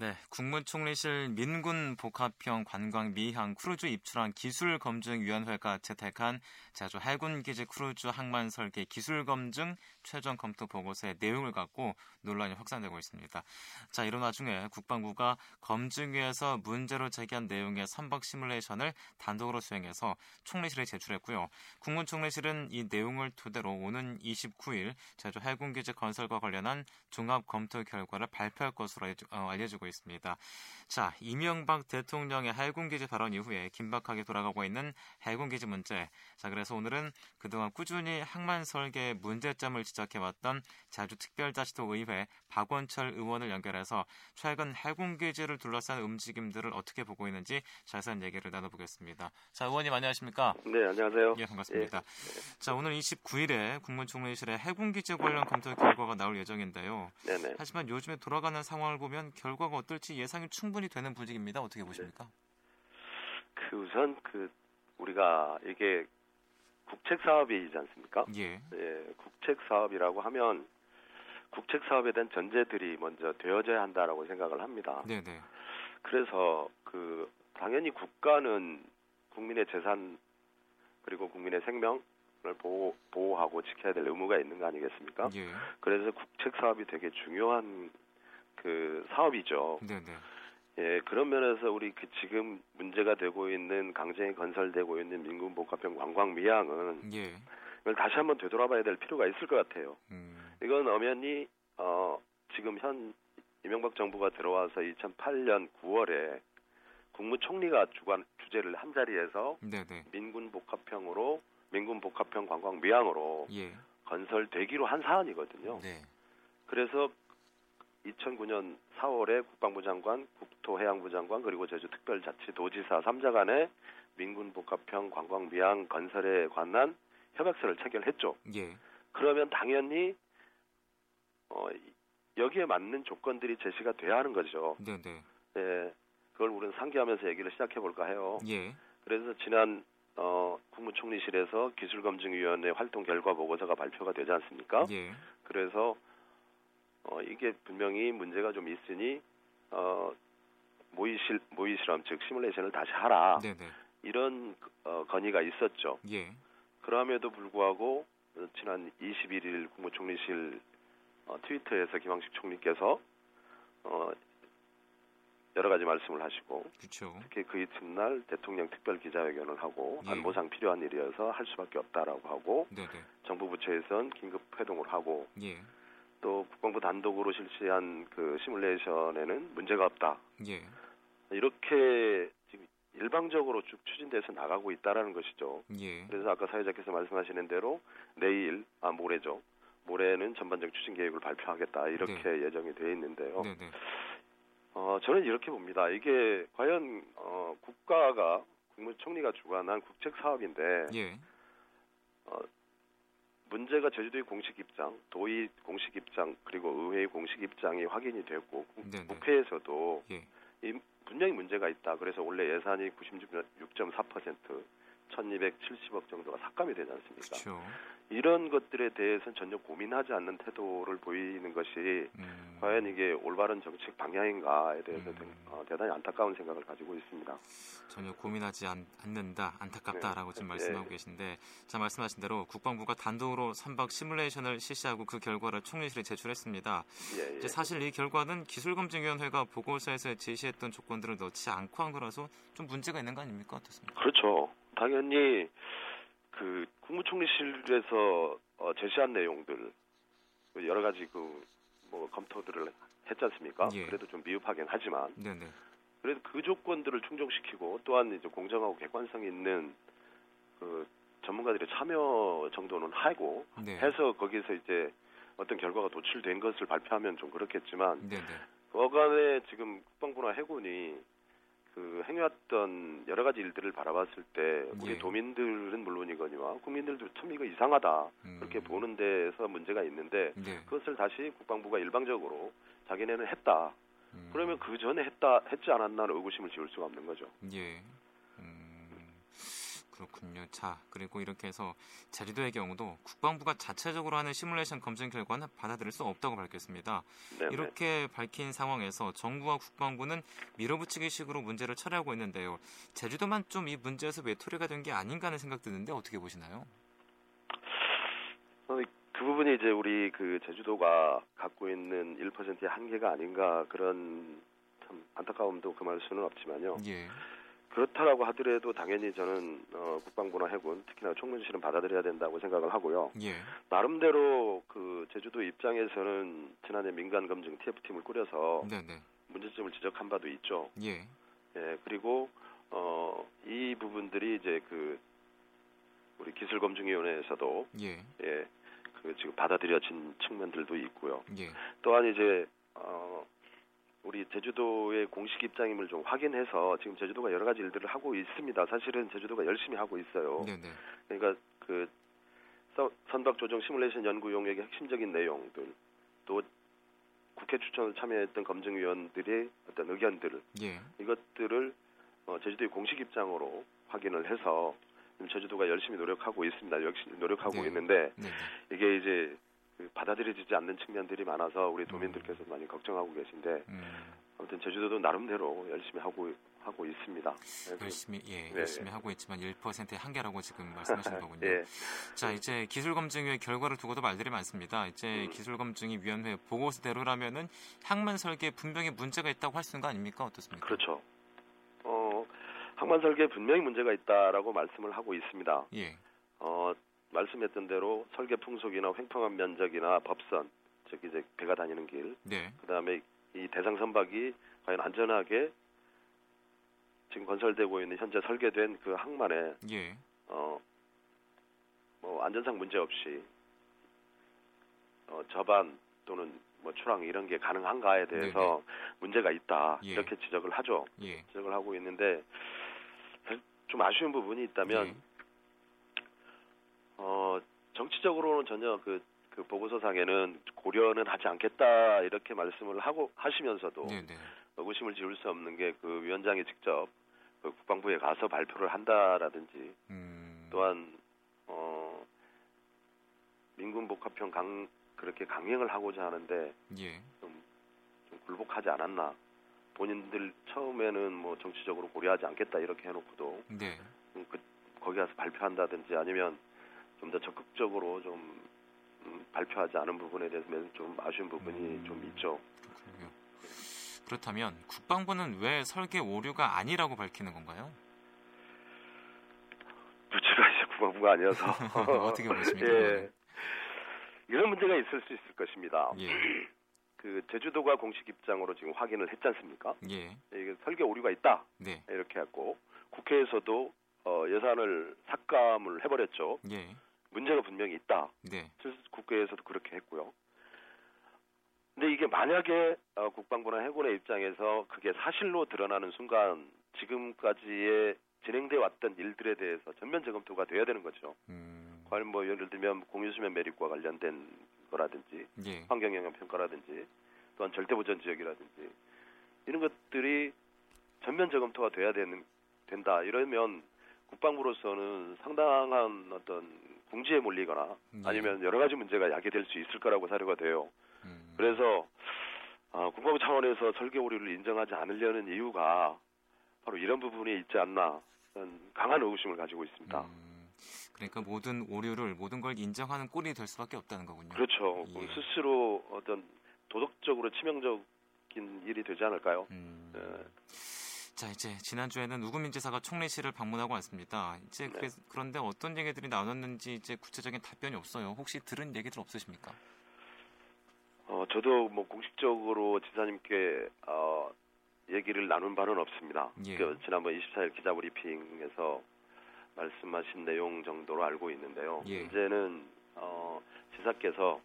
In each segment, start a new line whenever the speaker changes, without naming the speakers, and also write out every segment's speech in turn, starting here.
네, 국무총리실 민군 복합형 관광 미항 크루즈 입출항 기술 검증 위원회가 채택한 제주 해군 기지 크루즈 항만 설계 기술 검증 최종 검토 보고서의 내용을 갖고 논란이 확산되고 있습니다. 자, 이런 와중에 국방부가 검증위에서 문제로 제기한 내용의 선박 시뮬레이션을 단독으로 수행해서 총리실에 제출했고요. 국무총리실은 이 내용을 토대로 오는 29일 제주 해군 기지 건설과 관련한 종합 검토 결과를 발표할 것으로 알려- 어, 알려지고 있습니다. 자, 이명박 대통령의 해군기지 발언 이후에 긴박하게 돌아가고 있는 해군기지 문제. 자, 그래서 오늘은 그동안 꾸준히 항만 설계의 문제점을 지적해왔던 자주특별자치도의회 박원철 의원을 연결해서 최근 해군기지를 둘러싼 움직임들을 어떻게 보고 있는지 자세한 얘기를 나눠보겠습니다. 자, 의원님 안녕하십니까?
네, 안녕하세요.
예, 반갑습니다. 자, 오늘 29일에 국무총리실의 해군기지 관련 검토 결과가 나올 예정인데요.
네, 네.
하지만 요즘에 돌아가는 상황을 보면 결과가 어떨지 예상이 충분히 되는 분위기입니다. 어떻게 보십니까?
그 우선 그 우리가 이게 국책 사업이지 않습니까?
예.
예, 국책 사업이라고 하면 국책 사업에 대한 전제들이 먼저 되어져야 한다라고 생각을 합니다.
네네.
그래서 그 당연히 국가는 국민의 재산 그리고 국민의 생명을 보호, 보호하고 지켜야 될 의무가 있는 거 아니겠습니까?
예.
그래서 국책 사업이 되게 중요한 그 사업이죠.
네네.
예, 그런 면에서 우리 그 지금 문제가 되고 있는 강제히 건설되고 있는 민군 복합형 관광 미항은
예.
이걸 다시 한번 되돌아봐야 될 필요가 있을 것 같아요.
음.
이건 엄연히 어 지금 현 이명박 정부가 들어와서 2008년 9월에 국무총리가 주관 주제를 한 자리에서
네네.
민군 복합형으로 민군 복합형 관광 미항으로
예.
건설되기로 한 사안이거든요.
네.
그래서 2009년 4월에 국방부 장관, 국토해양부 장관 그리고 제주특별자치도지사 3자 간의 민군 복합형 관광 미항 건설에 관한 협약서를 체결했죠.
예.
그러면 당연히 어, 여기에 맞는 조건들이 제시가 돼야 하는 거죠.
네네.
예, 그걸 우리는 상기하면서 얘기를 시작해 볼까 해요.
예.
그래서 지난 어, 국무총리실에서 기술검증위원회 활동 결과 보고서가 발표가 되지 않습니까?
예.
그래서 어, 이게 분명히 문제가 좀 있으니 어, 모의실 모의 실험 즉 시뮬레이션을 다시 하라
네네.
이런 어, 건의가 있었죠.
예.
그럼에도 불구하고 어, 지난 21일 국무총리실 어, 트위터에서 김황식 총리께서 어, 여러 가지 말씀을 하시고
그쵸.
특히 그 이튿날 대통령 특별 기자회견을 하고
예.
안보상 필요한 일이어서 할 수밖에 없다라고 하고
네네.
정부 부처에선 긴급 회동을 하고
예.
또 국방부 단독으로 실시한 그 시뮬레이션에는 문제가 없다.
예.
이렇게 지금 일방적으로 쭉 추진돼서 나가고 있다라는 것이죠.
예.
그래서 아까 사회자께서 말씀하시는 대로 내일 아 모레죠. 모레는 전반적 추진 계획을 발표하겠다 이렇게 예정이 돼 있는데요.
네. 네네.
어, 저는 이렇게 봅니다. 이게 과연 어, 국가가 국무총리가 주관한 국책 사업인데
예.
문제가 제주도의 공식 입장, 도의 공식 입장, 그리고 의회의 공식 입장이 확인이 됐고 국-
네네.
국회에서도
예.
이 분명히 문제가 있다. 그래서 원래 예산이 96.4% 1,270억 정도가 삭감이 되지 않습니까?
그쵸.
이런 것들에 대해서는 전혀 고민하지 않는 태도를 보이는 것이
음.
과연 이게 올바른 정책 방향인가에 대해서
음.
등- 어, 대단히 안타까운 생각을 가지고 있습니다.
전혀 고민하지 않, 는다 안타깝다라고
네.
지금
네.
말씀하고 계신데 자 말씀하신 대로 국방부가 단독으로 선박 시뮬레이션을 실시하고 그 결과를 총리실에 제출했습니다.
예, 예.
이제 사실 이 결과는 기술검증위원회가 보고서에서 제시했던 조건들을 넣지 않고 한 거라서 좀 문제가 있는 거 아닙니까? 어떻습니까?
그렇죠. 당연히 그 국무총리실에서 어, 제시한 내용들 여러 가지 그 뭐 검토들을 했지 않습니까?
예.
그래도 좀 미흡하긴 하지만
네네.
그래서 그 조건들을 충족시키고 또한 이제 공정하고 객관성 있는 그 전문가들의 참여 정도는 하고
네.
해서 거기서 이제 어떤 결과가 도출된 것을 발표하면 좀 그렇겠지만
네네.
그간에 지금 국방부나 해군이 그 행해왔던 여러 가지 일들을 바라봤을 때 우리
예.
도민들은 물론이거니와 국민들도 참 이거 이상하다
음.
그렇게 보는 데서 문제가 있는데
네.
그것을 다시 국방부가 일방적으로 자기네는 했다
음.
그러면 그 전에 했다 했지 않았나 는 의구심을 지울 수가 없는 거죠.
예. 음, 예. 그렇군요. 자, 그리고 이렇게 해서 제주도의 경우도 국방부가 자체적으로 하는 시뮬레이션 검증 결과는 받아들일 수 없다고 밝혔습니다.
네, 네.
이렇게 밝힌 상황에서 정부와 국방부는 밀어붙이기식으로 문제를 처리하고 있는데요. 제주도만 좀 이 문제에서 외톨이가 된 게 아닌가 하는 생각 드는데 어떻게 보시나요?
그 부분이 이제 우리 그 제주도가 갖고 있는 1%의 한계가 아닌가 그런 참 안타까움도 금할 수는 없지만요.
예.
그렇다라고 하더라도 당연히 저는 어, 국방부나 해군 특히나 총무실은 받아들여야 된다고 생각을 하고요.
예.
나름대로 그 제주도 입장에서는 지난해 민간 검증 TF팀을 꾸려서
네, 네.
문제점을 지적한 바도 있죠.
예.
예, 그리고 어, 이 부분들이 이제 그 우리 기술 검증 위원회에서도
예.
예, 그 지금 받아들여진 측면들도 있고요.
예.
또한 이제 어 우리 제주도의 공식 입장임을 좀 확인해서 지금 제주도가 여러 가지 일들을 하고 있습니다. 사실은 제주도가 열심히 하고 있어요.
네, 네.
그러니까 그 서- 선박 조정 시뮬레이션 연구 용역의 핵심적인 내용들 또 국회 추천을 참여했던 검증위원들의 어떤 의견들
예.
이것들을 어, 제주도의 공식 입장으로 확인을 해서 지금 제주도가 열심히 노력하고 있습니다. 역시 노력하고
네.
있는데
네, 네.
이게 이제 그 받아들여지지 않는 측면들이 많아서 우리 도민들께서 많이 걱정하고 계신데
음.
아무튼 제주도도 나름대로 열심히 하고 하고 있습니다. 네, 그-
열심히 예,
네.
열심히 하고 있지만 1%의 한계라고 지금 말씀하신 거군요.
예,
자, 이제 기술검증위의 결과를 두고도 말들이 많습니다. 이제
음.
기술검증위 위원회 보고서대로라면은 항만 설계에 분명히 문제가 있다고 할 수 있는 거 아닙니까? 어떻습니까?
그렇죠. 어, 항만 설계에 분명히 문제가 있다라고 말씀을 하고 있습니다.
예.
어, 말씀했던 대로 설계 풍속이나 횡평한 면적이나 법선, 즉 이제 배가 다니는 길,
네.
그다음에 이 대상 선박이 과연 안전하게 지금 건설되고 있는 현재 설계된 그 항만에
예.
어, 뭐 안전상 문제 없이 어, 저반 또는 뭐 출항 이런 게 가능한가에 대해서 문제가 있다
예.
이렇게 지적을 하죠.
예.
지적을 하고 있는데 사실 좀 아쉬운 부분이 있다면
예.
어, 정치적으로는 전혀 그, 그 보고서상에는 고려는 하지 않겠다 이렇게 말씀을 하고 하시면서도
네, 네.
의구심을 지울 수 없는 게 그 위원장이 직접 그 국방부에 가서 발표를 한다라든지
음.
또한 어 민군 복합형 강 그렇게 강행을 하고자 하는데
예.
좀 굴복하지 않았나 본인들 처음에는 뭐 정치적으로 고려하지 않겠다 이렇게 해놓고도
네.
음, 그 거기 가서 발표한다든지 아니면 좀 더 적극적으로 좀 음, 발표하지 않은 부분에 대해서는 좀 아쉬운 부분이
음.
좀 있죠.
그렇군요. 그렇다면 국방부는 왜 설계 오류가 아니라고 밝히는 건가요?
부채가 이제 국방부가 아니어서
어떻게 보십니까?
예. 이런 문제가 있을 수 있을 것입니다.
예.
그 제주도가 공식 입장으로 지금 확인을 했지 않습니까?
예.
이게 설계 오류가 있다
네.
이렇게 했고 국회에서도 어, 예산을 삭감을 해버렸죠.
예.
문제가 분명히 있다.
네.
그래서 국회에서도 그렇게 했고요. 근데 이게 만약에 어, 국방부나 해군의 입장에서 그게 사실로 드러나는 순간 지금까지의 진행돼 왔던 일들에 대해서 전면 재검토가 돼야 되는 거죠.
음.
과연 뭐 예를 들면 공유수면 매립과 관련된 거라든지
예.
환경영향 평가라든지 또한 절대보전 지역이라든지 이런 것들이 전면 재검토가 돼야 되는 된다 이러면 국방부로서는 상당한 어떤 궁지에 몰리거나
예.
아니면 여러 가지 문제가 야기될 수 있을 거라고 사료가 돼요.
음.
그래서 어, 국방부 차원에서 설계 오류를 인정하지 않으려는 이유가 바로 이런 부분이 있지 않나 저는 강한 의구심을 가지고 있습니다.
음, 그러니까 모든 오류를 모든 걸 인정하는 꼴이 될 수밖에 없다는 거군요.
그렇죠.
예.
스스로 어떤 도덕적으로 치명적인 일이 되지 않을까요?
음.
예.
자 이제 지난 주에는 우금민지사가 총리실을 방문하고 왔습니다. 이제
네.
그래, 그런데 어떤 얘기들이 나눴는지 이제 구체적인 답변이 없어요. 혹시 들은 얘기들 없으십니까?
어, 저도 뭐 공식적으로 지사님께 어, 얘기를 나눈 바는 없습니다.
예.
그 지난번 24일 기자 브리핑에서 말씀하신 내용 정도로 알고 있는데요.
예.
이제는 어, 지사께서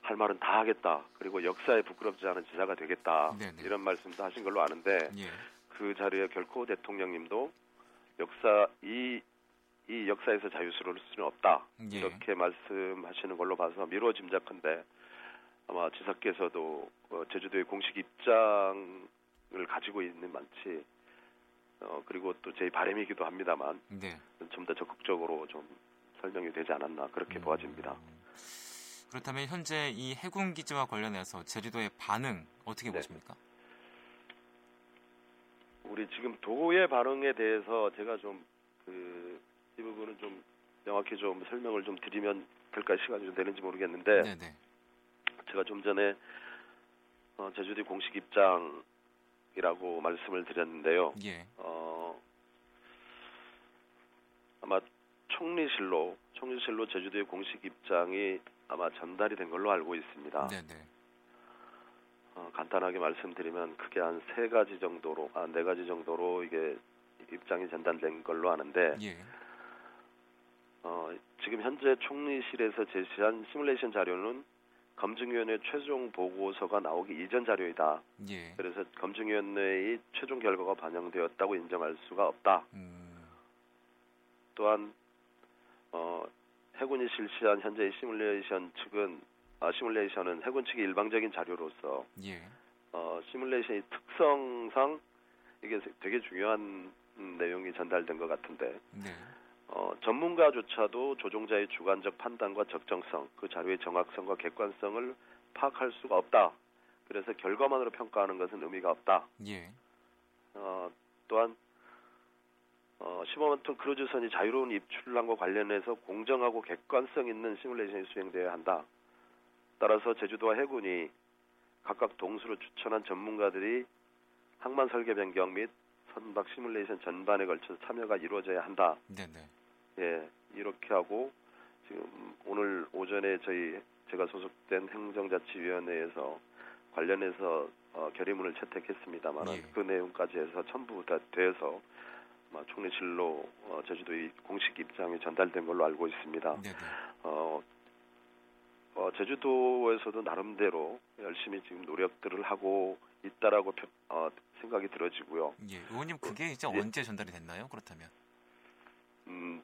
할 말은 다 하겠다. 그리고 역사에 부끄럽지 않은 지사가 되겠다.
네네.
이런 말씀도 하신 걸로 아는데
예,
그 자리에 결코 대통령님도 역사 이, 이 역사에서 자유스러울 수는 없다.
예,
이렇게 말씀하시는 걸로 봐서 미뤄 짐작컨대 아마 지사께서도 어, 제주도의 공식 입장을 가지고 있는 많지 어, 그리고 또 제 바람이기도 합니다만
네.
좀 더 적극적으로 좀 설명이 되지 않았나 그렇게 보아집니다.
그렇다면 현재 이 해군 기지와 관련해서 제주도의 반응 어떻게
네.
보십니까?
우리 지금 도의 반응에 대해서 제가 좀 그 이 부분은 좀 명확히 좀 설명을 좀 드리면 될까 시간이 좀 되는지 모르겠는데
네, 네.
제가 좀 전에 어, 제주도 공식 입장이라고 말씀을 드렸는데요.
예.
어, 아마 총리실로 총리실로 제주도의 공식 입장이 아마 전달이 된 걸로 알고 있습니다.
네, 네.
어, 간단하게 말씀드리면 그게 한 세 가지 정도로 아, 네 가지 정도로 이게 입장이 전달된 걸로 아는데
예.
어, 지금 현재 총리실에서 제시한 시뮬레이션 자료는 검증위원회 최종 보고서가 나오기 이전 자료이다.
예.
그래서 검증위원회의 최종 결과가 반영되었다고 인정할 수가 없다.
음.
또한 어, 해군이 실시한 현재의 시뮬레이션 측은 아, 시뮬레이션은 해군 측의 일방적인 자료로서
예.
어, 시뮬레이션의 특성상 이게 되게 중요한 음, 내용이 전달된 것 같은데
네.
어, 전문가조차도 조종자의 주관적 판단과 적정성, 그 자료의 정확성과 객관성을 파악할 수가 없다. 그래서 결과만으로 평가하는 것은 의미가 없다.
예.
어, 또한 어, 15만톤 크루즈선이 자유로운 입출항과 관련해서 공정하고 객관성 있는 시뮬레이션이 수행되어야 한다. 따라서 제주도와 해군이 각각 동수로 추천한 전문가들이 항만 설계 변경 및 선박 시뮬레이션 전반에 걸쳐서 참여가 이루어져야 한다.
네, 네.
예, 이렇게 하고 지금 오늘 오전에 저희 제가 소속된 행정자치위원회에서 관련해서 어, 결의문을 채택했습니다만
예.
그 내용까지 해서 첨부 다 돼서 아마 총리실로 어, 제주도의 공식 입장이 전달된 걸로 알고 있습니다.
네, 네.
어, 어, 제주도에서도 나름대로 열심히 지금 노력들을 하고 있다라고 표- 어, 생각이 들어지고요.
예. 의원님 그게 이제
예.
언제 전달이 됐나요? 그렇다면.
음,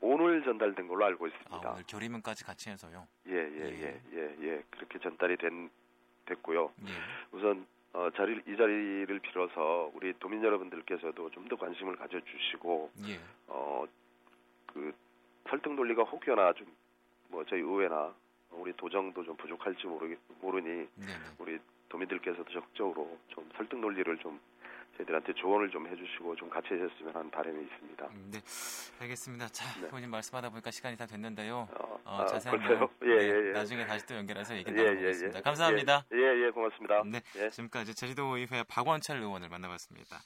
오늘 전달된 걸로 알고
아,
있습니다.
오늘 결의문까지 같이 해서요.
예예예예예
예.
그렇게 전달이 된 됐고요.
예.
우선 어, 자리 이 자리를 빌어서 우리 도민 여러분들께서도 좀 더 관심을 가져주시고
예.
어그 설득 논리가 혹여나 좀 뭐 저희 의회나 우리 도정도 좀 부족할지 모르 모르니
네, 네.
우리 도민들께서도 적극적으로 좀 설득 논리를 좀 저희들한테 조언을 좀 해주시고 좀 같이 해줬으면 하는 바람이 있습니다.
네. 알겠습니다. 자,
아. 네.
의원님 말씀하다 보니까 시간이 다 됐는데요.
어,
어, 자세한
벌써요?
내용
예, 예,
네,
예.
나중에 다시 또 연결해서 얘기
예,
나눠보겠습니다. 네, 감사합니다.
예, 예, 예, 고맙습니다.
네,
예.
지금까지 제주도 의회 박원철 의원을 만나봤습니다.